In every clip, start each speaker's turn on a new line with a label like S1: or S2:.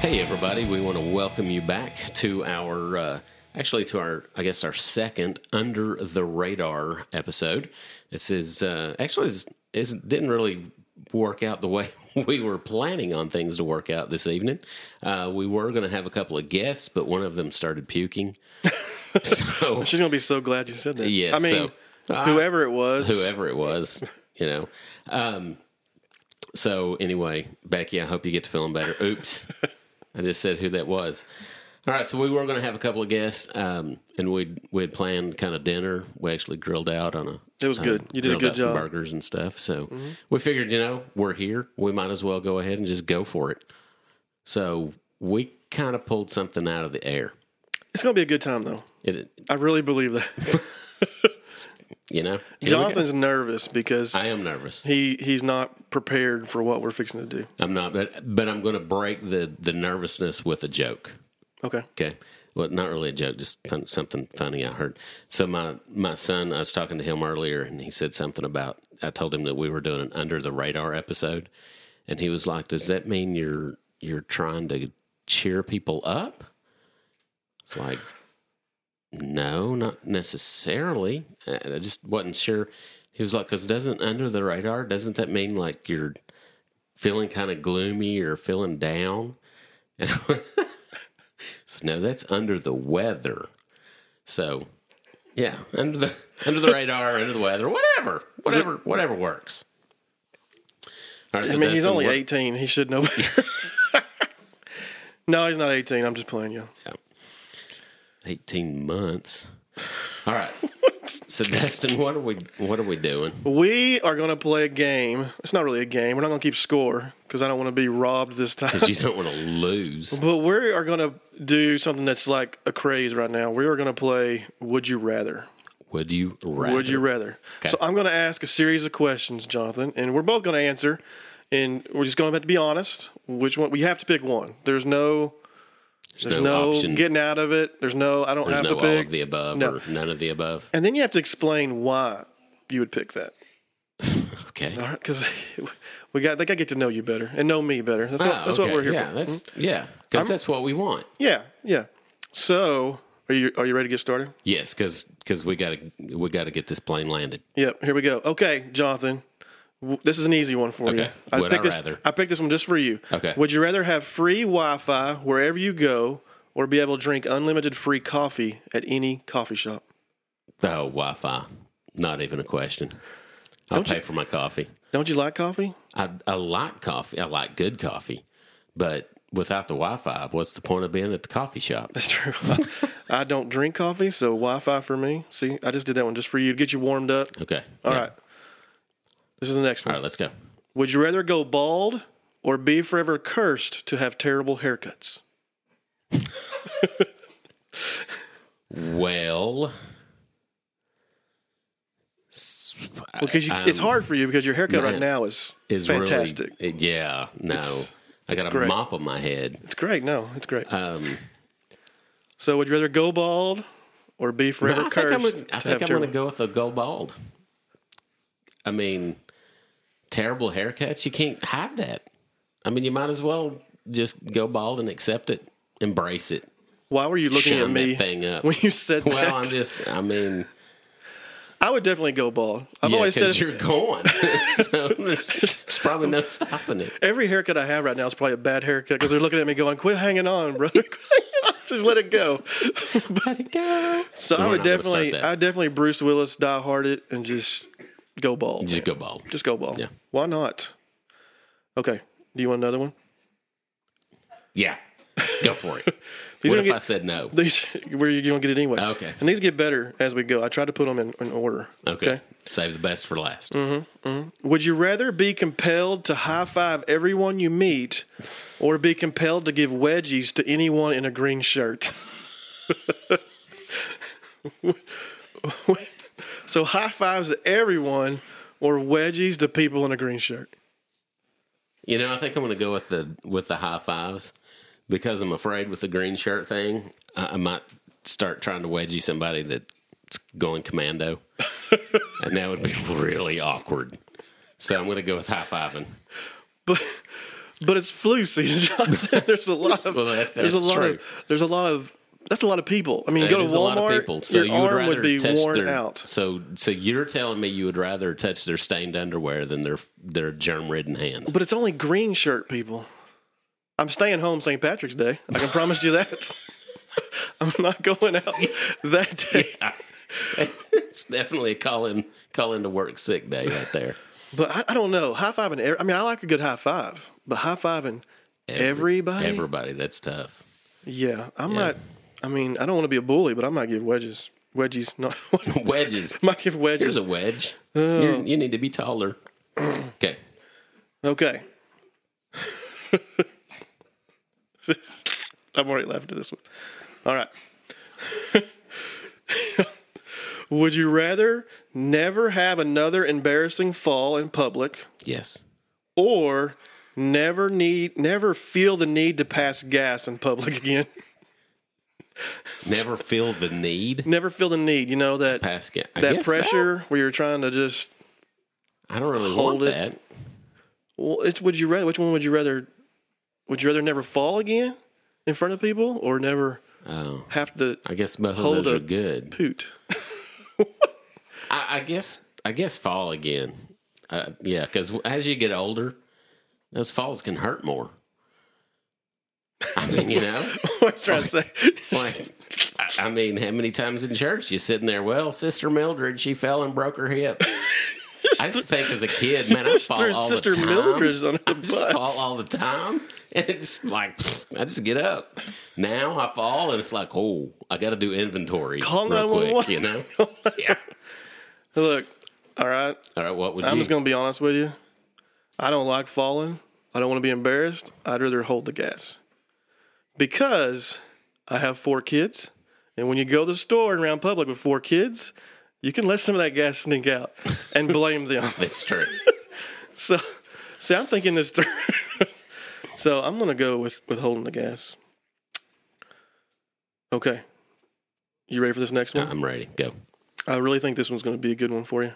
S1: Hey, everybody. We want to welcome you back to our, uh, actually, to our, I guess, our second Under the Radar episode. This is, uh, actually, this, this didn't really work out the way we were planning on things to work out this evening. Uh, we were going to have a couple of guests, but one of them started puking. so,
S2: She's gonna be so glad you said that.
S1: Yes,
S2: I mean,
S1: so, uh,
S2: whoever it was,
S1: whoever it was, you know. Um, so anyway, Becky, I hope you get to feeling better. Oops, I just said who that was. All right, so we were going to have a couple of guests, um, and we we had planned kind of dinner. We actually grilled out on a.
S2: It was
S1: uh,
S2: good. You did a
S1: grilled
S2: good
S1: out some
S2: job. Mm-hmm.
S1: burgers and stuff. So we figured, you know, we're here. We might as well go ahead and just go for it. So we kind of pulled something out of the air.
S2: it's gonna be a good time though.
S1: It,
S2: I really believe that.
S1: you know, Here we go.
S2: Jonathan's nervous because
S1: I am nervous.
S2: he he's not prepared for what we're fixing to do.
S1: I'm not, but but I'm going to break the the nervousness with a joke.
S2: Okay,
S1: Okay. Well, not really a joke, just fun, something funny I heard. So my my son, I was talking to him earlier, and he said something about. I told him that we were doing an under the radar episode, and he was like, "Does that mean you're you're trying to cheer people up?" It's like, no, not necessarily. Uh, I just wasn't sure. He was like, "Cause doesn't under the radar? Doesn't that mean like you're feeling kind of gloomy or feeling down?" And I went, so no, that's under the weather. So yeah, under the under the radar, under the weather, whatever, whatever, whatever works. All right,
S2: I
S1: so
S2: mean
S1: that's
S2: he's
S1: some
S2: only
S1: work-
S2: eighteen. He should know. better. no, he's not eighteen. I'm just playing you.
S1: 18 months. All right. so Dustin, what are we what are we doing?
S2: We are gonna play a game. It's not really a game. We're not gonna keep score because I don't want to be robbed this time.
S1: You don't want to lose.
S2: But we are gonna do something that's like a craze right now. We are gonna play Would You Rather.
S1: Would you rather?
S2: Would you rather? So I'm going to ask a series of questions, Jonathan, and we're both going to answer. And we're just going to have to be honest. Which one? We have to pick one. There's no. There's no,
S1: option.
S2: getting out of it. There's no. I don't
S1: There's
S2: have
S1: no
S2: to
S1: all
S2: pick.
S1: of the above
S2: No.
S1: or none of the above.
S2: And then you have to explain why you would pick that.
S1: Okay.
S2: All right, because we got. They got to get to know you better and know me better. That's, what,
S1: Oh,
S2: that's
S1: okay.
S2: what we're here
S1: yeah,
S2: for.
S1: That's yeah, because that's what we want.
S2: Yeah, yeah. So, are you are you ready to get started?
S1: Yes, because we gotta we gotta get this plane landed.
S2: Yep, here we go. Okay, Jonathan, w- this is an easy one for you.
S1: Okay, would I
S2: picked this,
S1: rather?
S2: I picked this one just for you.
S1: Okay.
S2: Would you rather have free Wi-Fi wherever you go, or be able to drink unlimited free coffee at any coffee shop?
S1: Oh, Wi-Fi, not even a question. I'll pay for my coffee.
S2: Don't you like coffee?
S1: I, I like coffee. I like good coffee, but without the Wi-Fi, what's the point of being at the coffee shop?
S2: That's true. I don't drink coffee, so Wi-Fi for me. See, I just did that one just for you to get you warmed up.
S1: Okay.
S2: All right.
S1: Yeah.
S2: This is the next
S1: All
S2: one.
S1: right. Let's go.
S2: Would you rather go bald or be forever cursed to have terrible haircuts?
S1: Well,
S2: Because you, it's hard for you because your haircut right
S1: man,
S2: now is
S1: is
S2: fantastic.
S1: really yeah. No, I got a
S2: great.
S1: mop on my head.
S2: It's great. No, it's great.
S1: Um,
S2: so, would you rather go bald or be forever
S1: I think
S2: cursed?
S1: I'm, gonna- I
S2: to
S1: think
S2: have
S1: I'm going to
S2: terrible-
S1: go with the go bald. I mean, terrible haircuts. You can't hide that. I mean, you might as well just go bald and accept it, embrace it,
S2: Why were you looking at
S1: shine
S2: me
S1: that thing up.
S2: when you said that?
S1: well, I'm just. I mean,
S2: I would definitely go bald. I've
S1: yeah,
S2: always said
S1: because you're going, so there's, there's probably no stopping it.
S2: every haircut I have right now is probably a bad haircut because they're looking at me going, "Quit hanging on, brother. Just let it go."
S1: Let it go.
S2: So I
S1: We're
S2: would
S1: not gonna
S2: definitely,
S1: start that.
S2: I definitely Bruce Willis die hard it and just go bald.
S1: Just go bald.
S2: Just go bald.
S1: Yeah.
S2: Why not? Okay. Do you want another one?
S1: Yeah, go for it. what
S2: don't
S1: if
S2: get-
S1: I said no?
S2: These where you don't get it anyway.
S1: Okay.
S2: And these get better as we go. I try to put them in, in order.
S1: Okay. save the best for last.
S2: Would you rather be compelled to high five everyone you meet, or be compelled to give wedgies to anyone in a green shirt? so high fives to everyone, or wedgies to people in a green shirt.
S1: You know, I think I'm going to go with the with the high fives because I'm afraid with the green shirt thing, I, I might start trying to wedgie somebody that's going commando, and that would be really awkward. So I'm going to go with high fiving.
S2: But But it's flu season, Jonathan. There's a lot of
S1: Well, that-
S2: there's a
S1: that's
S2: lot
S1: true.
S2: of there's a lot of that's a lot of people. I mean,
S1: It
S2: go to
S1: is
S2: Walmart.
S1: a lot of people. So
S2: your
S1: you would
S2: arm
S1: rather
S2: would be
S1: touch
S2: worn
S1: their,
S2: out.
S1: So so you're telling me you would rather touch their stained underwear than their their germ ridden hands.
S2: But it's only green shirt people. I'm staying home St. Patrick's Day. I can promise you that. I'm not going out that day. uh,
S1: it's definitely a call in call in to work sick day right there.
S2: But I, I don't know. High fiving. Every, I mean, I like a good high five, but high fiving everybody.
S1: Everybody, that's tough.
S2: Yeah, I might. I mean, I don't want to be a bully, but I might give wedges. Wedgies, not
S1: Wedges.
S2: might give
S1: Here's
S2: wedges.
S1: a wedge.
S2: Oh.
S1: You, you need to be taller. Okay.
S2: okay. I'm already laughing at this one. All right. Would you rather never have another embarrassing fall in public,
S1: Yes.
S2: or never need never feel the need to pass gas in public again?
S1: Never feel the need.
S2: Never feel the need. You know that
S1: Pass ga- I
S2: that
S1: guess that-
S2: pressure where you're trying to just
S1: I don't really
S2: Hold
S1: want
S2: it.
S1: that.
S2: Well, it's would you rather? Which one would you rather? Would you rather never fall again in front of people, or never
S1: Oh,
S2: have to
S1: I guess both
S2: Hold
S1: of those
S2: it.
S1: are good.
S2: poot?
S1: I, I guess I guess fall again. Uh, yeah, because as you get older, those falls can hurt more. I mean, you know,
S2: what you trying to say?
S1: like I, I mean, how many times in church you sitting there? Well, Sister Mildred, she fell and broke her hip. I used to think as a kid, man, I fall
S2: threw
S1: all
S2: Sister
S1: the time.
S2: Mildred's under the
S1: I just
S2: bus.
S1: fall all the time, and it's like I just get up. Now I fall, and it's like, oh, I got to do inventory
S2: Call
S1: real quick,
S2: 911.
S1: you know? yeah.
S2: Look, all right.
S1: All right, what would
S2: I'm
S1: you?
S2: just gonna be honest with you. I don't like falling. I don't want to be embarrassed. I'd rather hold the gas because I have four kids, and when you go to the store and around public with four kids, you can let some of that gas sneak out and blame them.
S1: That's true.
S2: So, see, I'm thinking this through. so I'm gonna go with with holding the gas. Okay, you ready for this next one?
S1: I'm ready. Go. Uh-huh.
S2: I really think this one's gonna be a good one for you.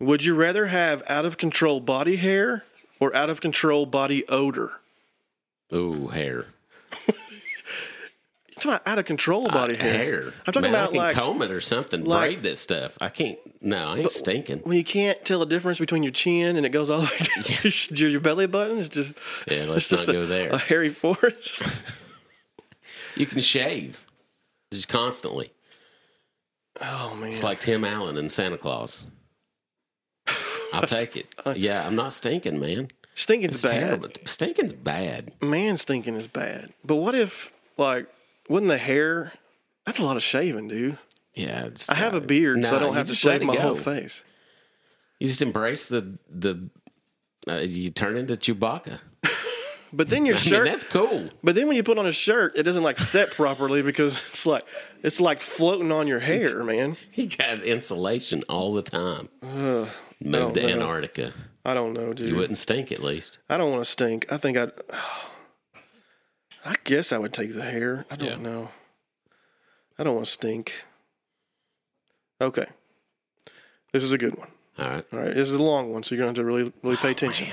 S2: Would you rather have out of control body hair or out of control body odor?
S1: Ooh, hair.
S2: It's about out of control
S1: Uh,
S2: body hair. I'm talking
S1: Man, I
S2: about
S1: can
S2: like
S1: comb it or something.
S2: like-
S1: braid this stuff. I can't. No, I ain't stinking.
S2: when you can't tell the difference between your chin and it goes all the way down your, your belly button. It's just
S1: Yeah,
S2: it's
S1: let's
S2: just
S1: not
S2: a,
S1: go there.
S2: a hairy forest.
S1: you can shave just constantly.
S2: oh man,
S1: It's like Tim Allen and Santa Claus. I'll take it. Yeah, I'm not stinking, man.
S2: stinking's
S1: It's
S2: bad.
S1: terrible. Stinking's bad.
S2: man stinking is bad. But what if like wouldn't the hair? That's a lot of shaving, dude.
S1: Yeah, it's,
S2: I have a beard, so I
S1: No,
S2: don't
S1: you
S2: have to
S1: just let
S2: shave
S1: it
S2: my whole
S1: go.
S2: face.
S1: You just embrace the the. Uh, you turn into Chewbacca.
S2: But then your
S1: I
S2: shirt.
S1: mean, that's cool.
S2: but then when you put on a shirt, it doesn't like set properly because it's like it's like floating on your hair, man.
S1: He got insulation all the time. Moved to
S2: no.
S1: Antarctica.
S2: I don't know,
S1: You
S2: dude.
S1: wouldn't stink at least.
S2: I don't want to stink. I think I'd. I guess I would take the hair. I don't
S1: Yeah.
S2: know. I don't want to stink. Okay. This is a good one.
S1: All right.
S2: All right, this is a long one, so you're going to have to really, really pay attention.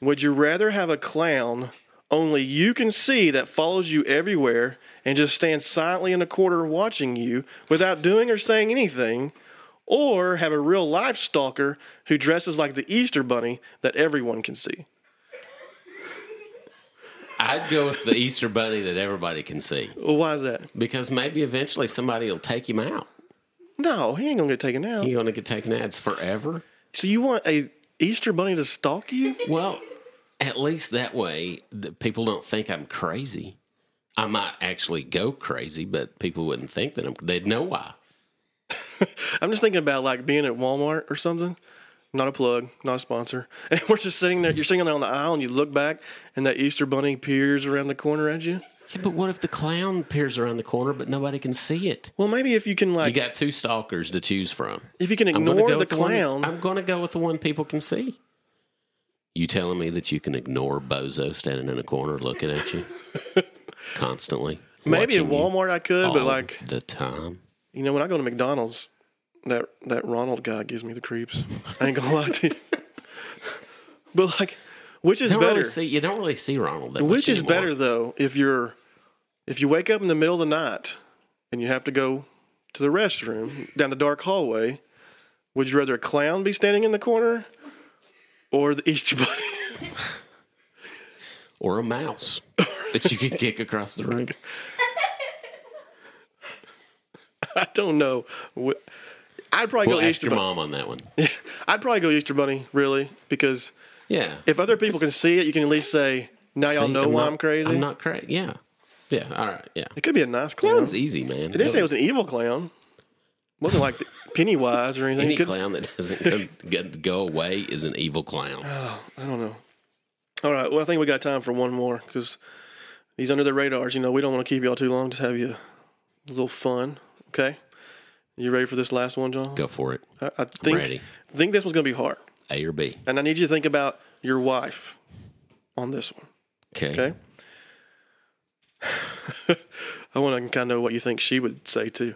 S2: Would you rather have a clown only you can see that follows you everywhere and just stands silently in a corner watching you without doing or saying anything, or have a real life stalker who dresses like the Easter Bunny that everyone can see?
S1: I'd go with the Easter bunny that everybody can see.
S2: Well, why is that?
S1: Because maybe eventually somebody will take him out.
S2: No, he ain't going to get taken out.
S1: He's gonna get taken out. It's forever.
S2: So you want a Easter Bunny to stalk you?
S1: Well, at least that way the people don't think I'm crazy. I might actually go crazy, but people wouldn't think that I'm they'd know why.
S2: I'm just thinking about like being at Walmart or something. Not a plug, not a sponsor. And we're just sitting there. You're sitting there on the aisle, and you look back, and that Easter Bunny peers around the corner at you.
S1: Yeah, but what if the clown peers around the corner but nobody can see it?
S2: Well, maybe if you can
S1: You
S2: like,
S1: got two stalkers to choose from.
S2: if you can
S1: I'm gonna
S2: ignore
S1: go
S2: the
S1: with one-
S2: clown,
S1: I'm going to go with the one people can see. You telling me that you can ignore Bozo standing in a corner looking at you constantly?
S2: maybe at
S1: watching you
S2: Walmart I could, but
S1: all
S2: like,
S1: the time.
S2: you know, when I go to McDonald's, that that Ronald guy gives me the creeps. I ain't gonna lie to you. But like, Which is
S1: You don't
S2: better?
S1: really see you don't really see Ronald. That
S2: Which
S1: much
S2: is
S1: anymore.
S2: better though? If you're if you wake up in the middle of the night and you have to go to the restroom down the dark hallway, would you rather a clown be standing in the corner or the Easter Bunny?
S1: or a mouse that you could kick across the room.
S2: I don't know. Wh- I'd probably
S1: We'll
S2: go
S1: ask
S2: Easter
S1: your
S2: Bunny.
S1: mom on that one.
S2: I'd probably go Easter Bunny really because
S1: Yeah.
S2: if other people can see it, you can at least say, "Now y'all
S1: See,
S2: know why
S1: not-
S2: I'm crazy."
S1: I'm not crazy. Yeah. Yeah. All right. Yeah. e-,
S2: it could be a nice
S1: That
S2: clown.
S1: one's easy, man.
S2: They didn't say it was an evil clown. wasn't like the Pennywise or anything.
S1: Any
S2: Could-
S1: clown that doesn't go, get- go away is an evil clown.
S2: I don't know. All right. Well, I think we got time for one more because these under the radars. You know, we don't want to keep y'all too long. Just have you a little fun. Okay. You ready for this last one, John?
S1: Go for it.
S2: I, I think
S1: ready.
S2: think this one's going to be hard,
S1: A or B.
S2: and I need you to think about your wife on this one.
S1: Okay.
S2: Okay. I want to kind of know what you think she would say too.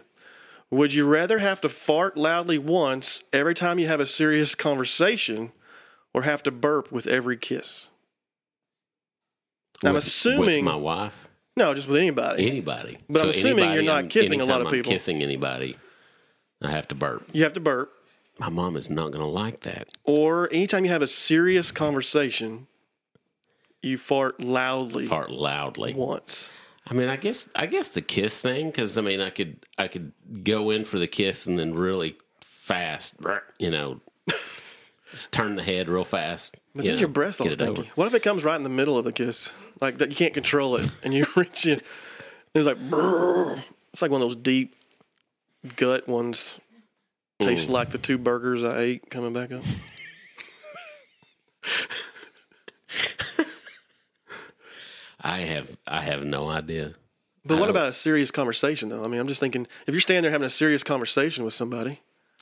S2: Would you rather have to fart loudly once every time you have a serious conversation, or have to burp with every kiss? I'm
S1: With-
S2: assuming-
S1: with my wife,
S2: No, just with anybody.
S1: anybody.
S2: But I'm assuming you're not kissing a lot
S1: anytime
S2: of
S1: I'm
S2: people.
S1: Kissing anybody, I have to burp.
S2: You have to burp,
S1: My mom is not going to like that.
S2: or anytime you have a serious conversation, you fart loudly
S1: Fart loudly.
S2: once.
S1: I mean, I guess I guess the kiss thing because I mean, I could I could go in for the kiss and then really fast, you know, just turn the head real fast.
S2: But
S1: you
S2: then
S1: know,
S2: your breath's all
S1: get it over.
S2: stinky. What if it comes right in the middle of the kiss? Like that you can't control it and you reach in. It's like brrr. it's like one of those deep gut ones. Tastes
S1: Mm.
S2: like the two burgers I ate coming back up.
S1: I have I have no idea.
S2: But
S1: I
S2: what
S1: don't-
S2: about a serious conversation though? I mean, I'm just thinking if you're standing there having a serious conversation with somebody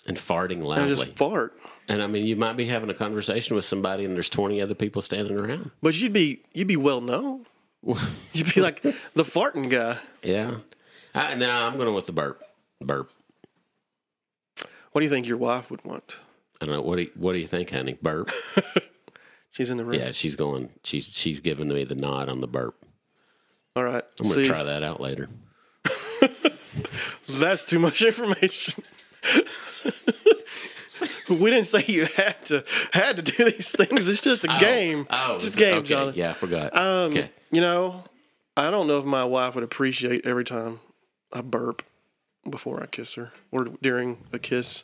S1: And farting
S2: and
S1: loudly.
S2: just fart,
S1: And I mean, you might be having a conversation with somebody, and there's 20 other people standing around.
S2: but you'd be you'd be well known. You'd be like the farting guy.
S1: Yeah. I, no, I'm going with the burp. Burp.
S2: What do you think your wife would want?
S1: I don't know. What do you, what do you think, honey? Burp.
S2: She's in the room.
S1: Yeah, she's going. She's she's giving me the nod on the burp.
S2: All right.
S1: I'm going
S2: see,
S1: to try that out later.
S2: That's too much information. we didn't say you had to had to do these things. It's just a game.
S1: Oh,
S2: it's
S1: is
S2: just
S1: it-
S2: a game,
S1: okay.
S2: John.
S1: Yeah, I forgot.
S2: Um,
S1: okay.
S2: You know, I don't know if my wife would appreciate every time I burp before I kiss her or during a kiss.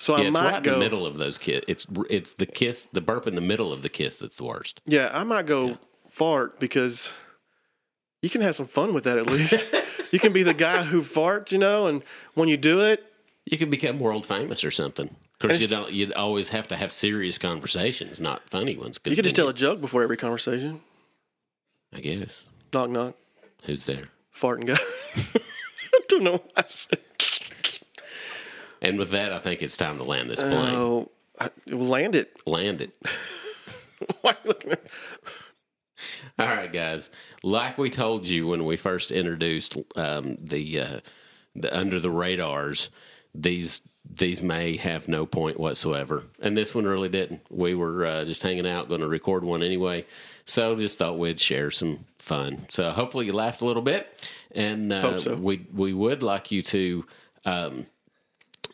S2: So
S1: Yeah,
S2: I
S1: it's
S2: might
S1: right in
S2: go.
S1: the middle of those kiss. It's it's the kiss, the burp in the middle of the kiss that's the worst.
S2: Yeah, I might go fart because you can have some fun with that at least. you can be the guy who farts, you know, and when you do it,
S1: You could become world famous or something. Of course,
S2: And
S1: you
S2: it's-
S1: don't. You'd always have to have serious conversations, not funny ones.
S2: you can just tell a joke before every conversation.
S1: I guess
S2: Knock knock.
S1: who's there.
S2: farting guy. I don't know why I said.
S1: And with that, I think it's time to land this plane.
S2: Oh, I- land it.
S1: land it.
S2: Why are you looking at-
S1: All right, guys. Like we told you when we first introduced um, the uh, the under the radars, these these may have no point whatsoever, and this one really didn't. We were uh, just hanging out, going to record one anyway, so just thought we'd share some fun. So hopefully you laughed a little bit, and uh,
S2: Hope so.
S1: we we would like you to. Um,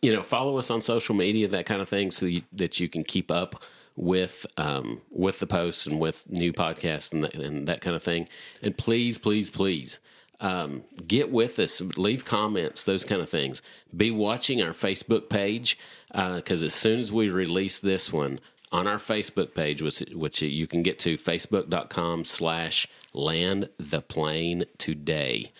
S1: you know, follow us on social media, that kind of thing, so you, that you can keep up with um, with the posts and with new podcasts and, that and that kind of thing. And please, please, please um, get with us. Leave comments, those kind of things. Be watching our Facebook page because as soon as we release this one on our Facebook page, which, which you can get to facebook.com slash land the plane today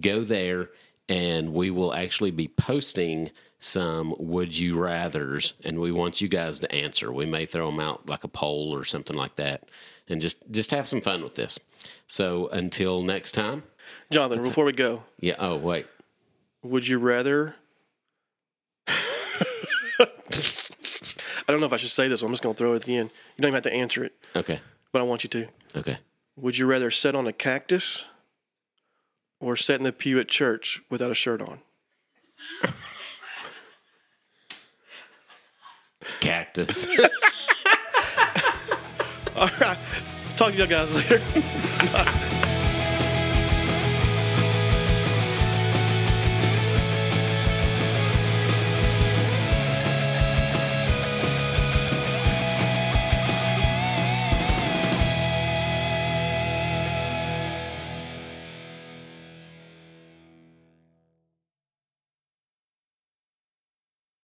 S1: go there and we will actually be posting some would you rathers and we want you guys to answer we may throw them out like a poll or something like that and just just have some fun with this so until next time
S2: Jonathan, before we go,
S1: yeah oh wait
S2: would you rather? I don't know if I should say this. I'm just going to throw it at the end. You don't even have to answer it,
S1: okay
S2: but I want you to.
S1: okay
S2: Would you rather sit on a cactus or sit in the pew at church without a shirt on?
S1: cactus
S2: All right. Talk to you guys later.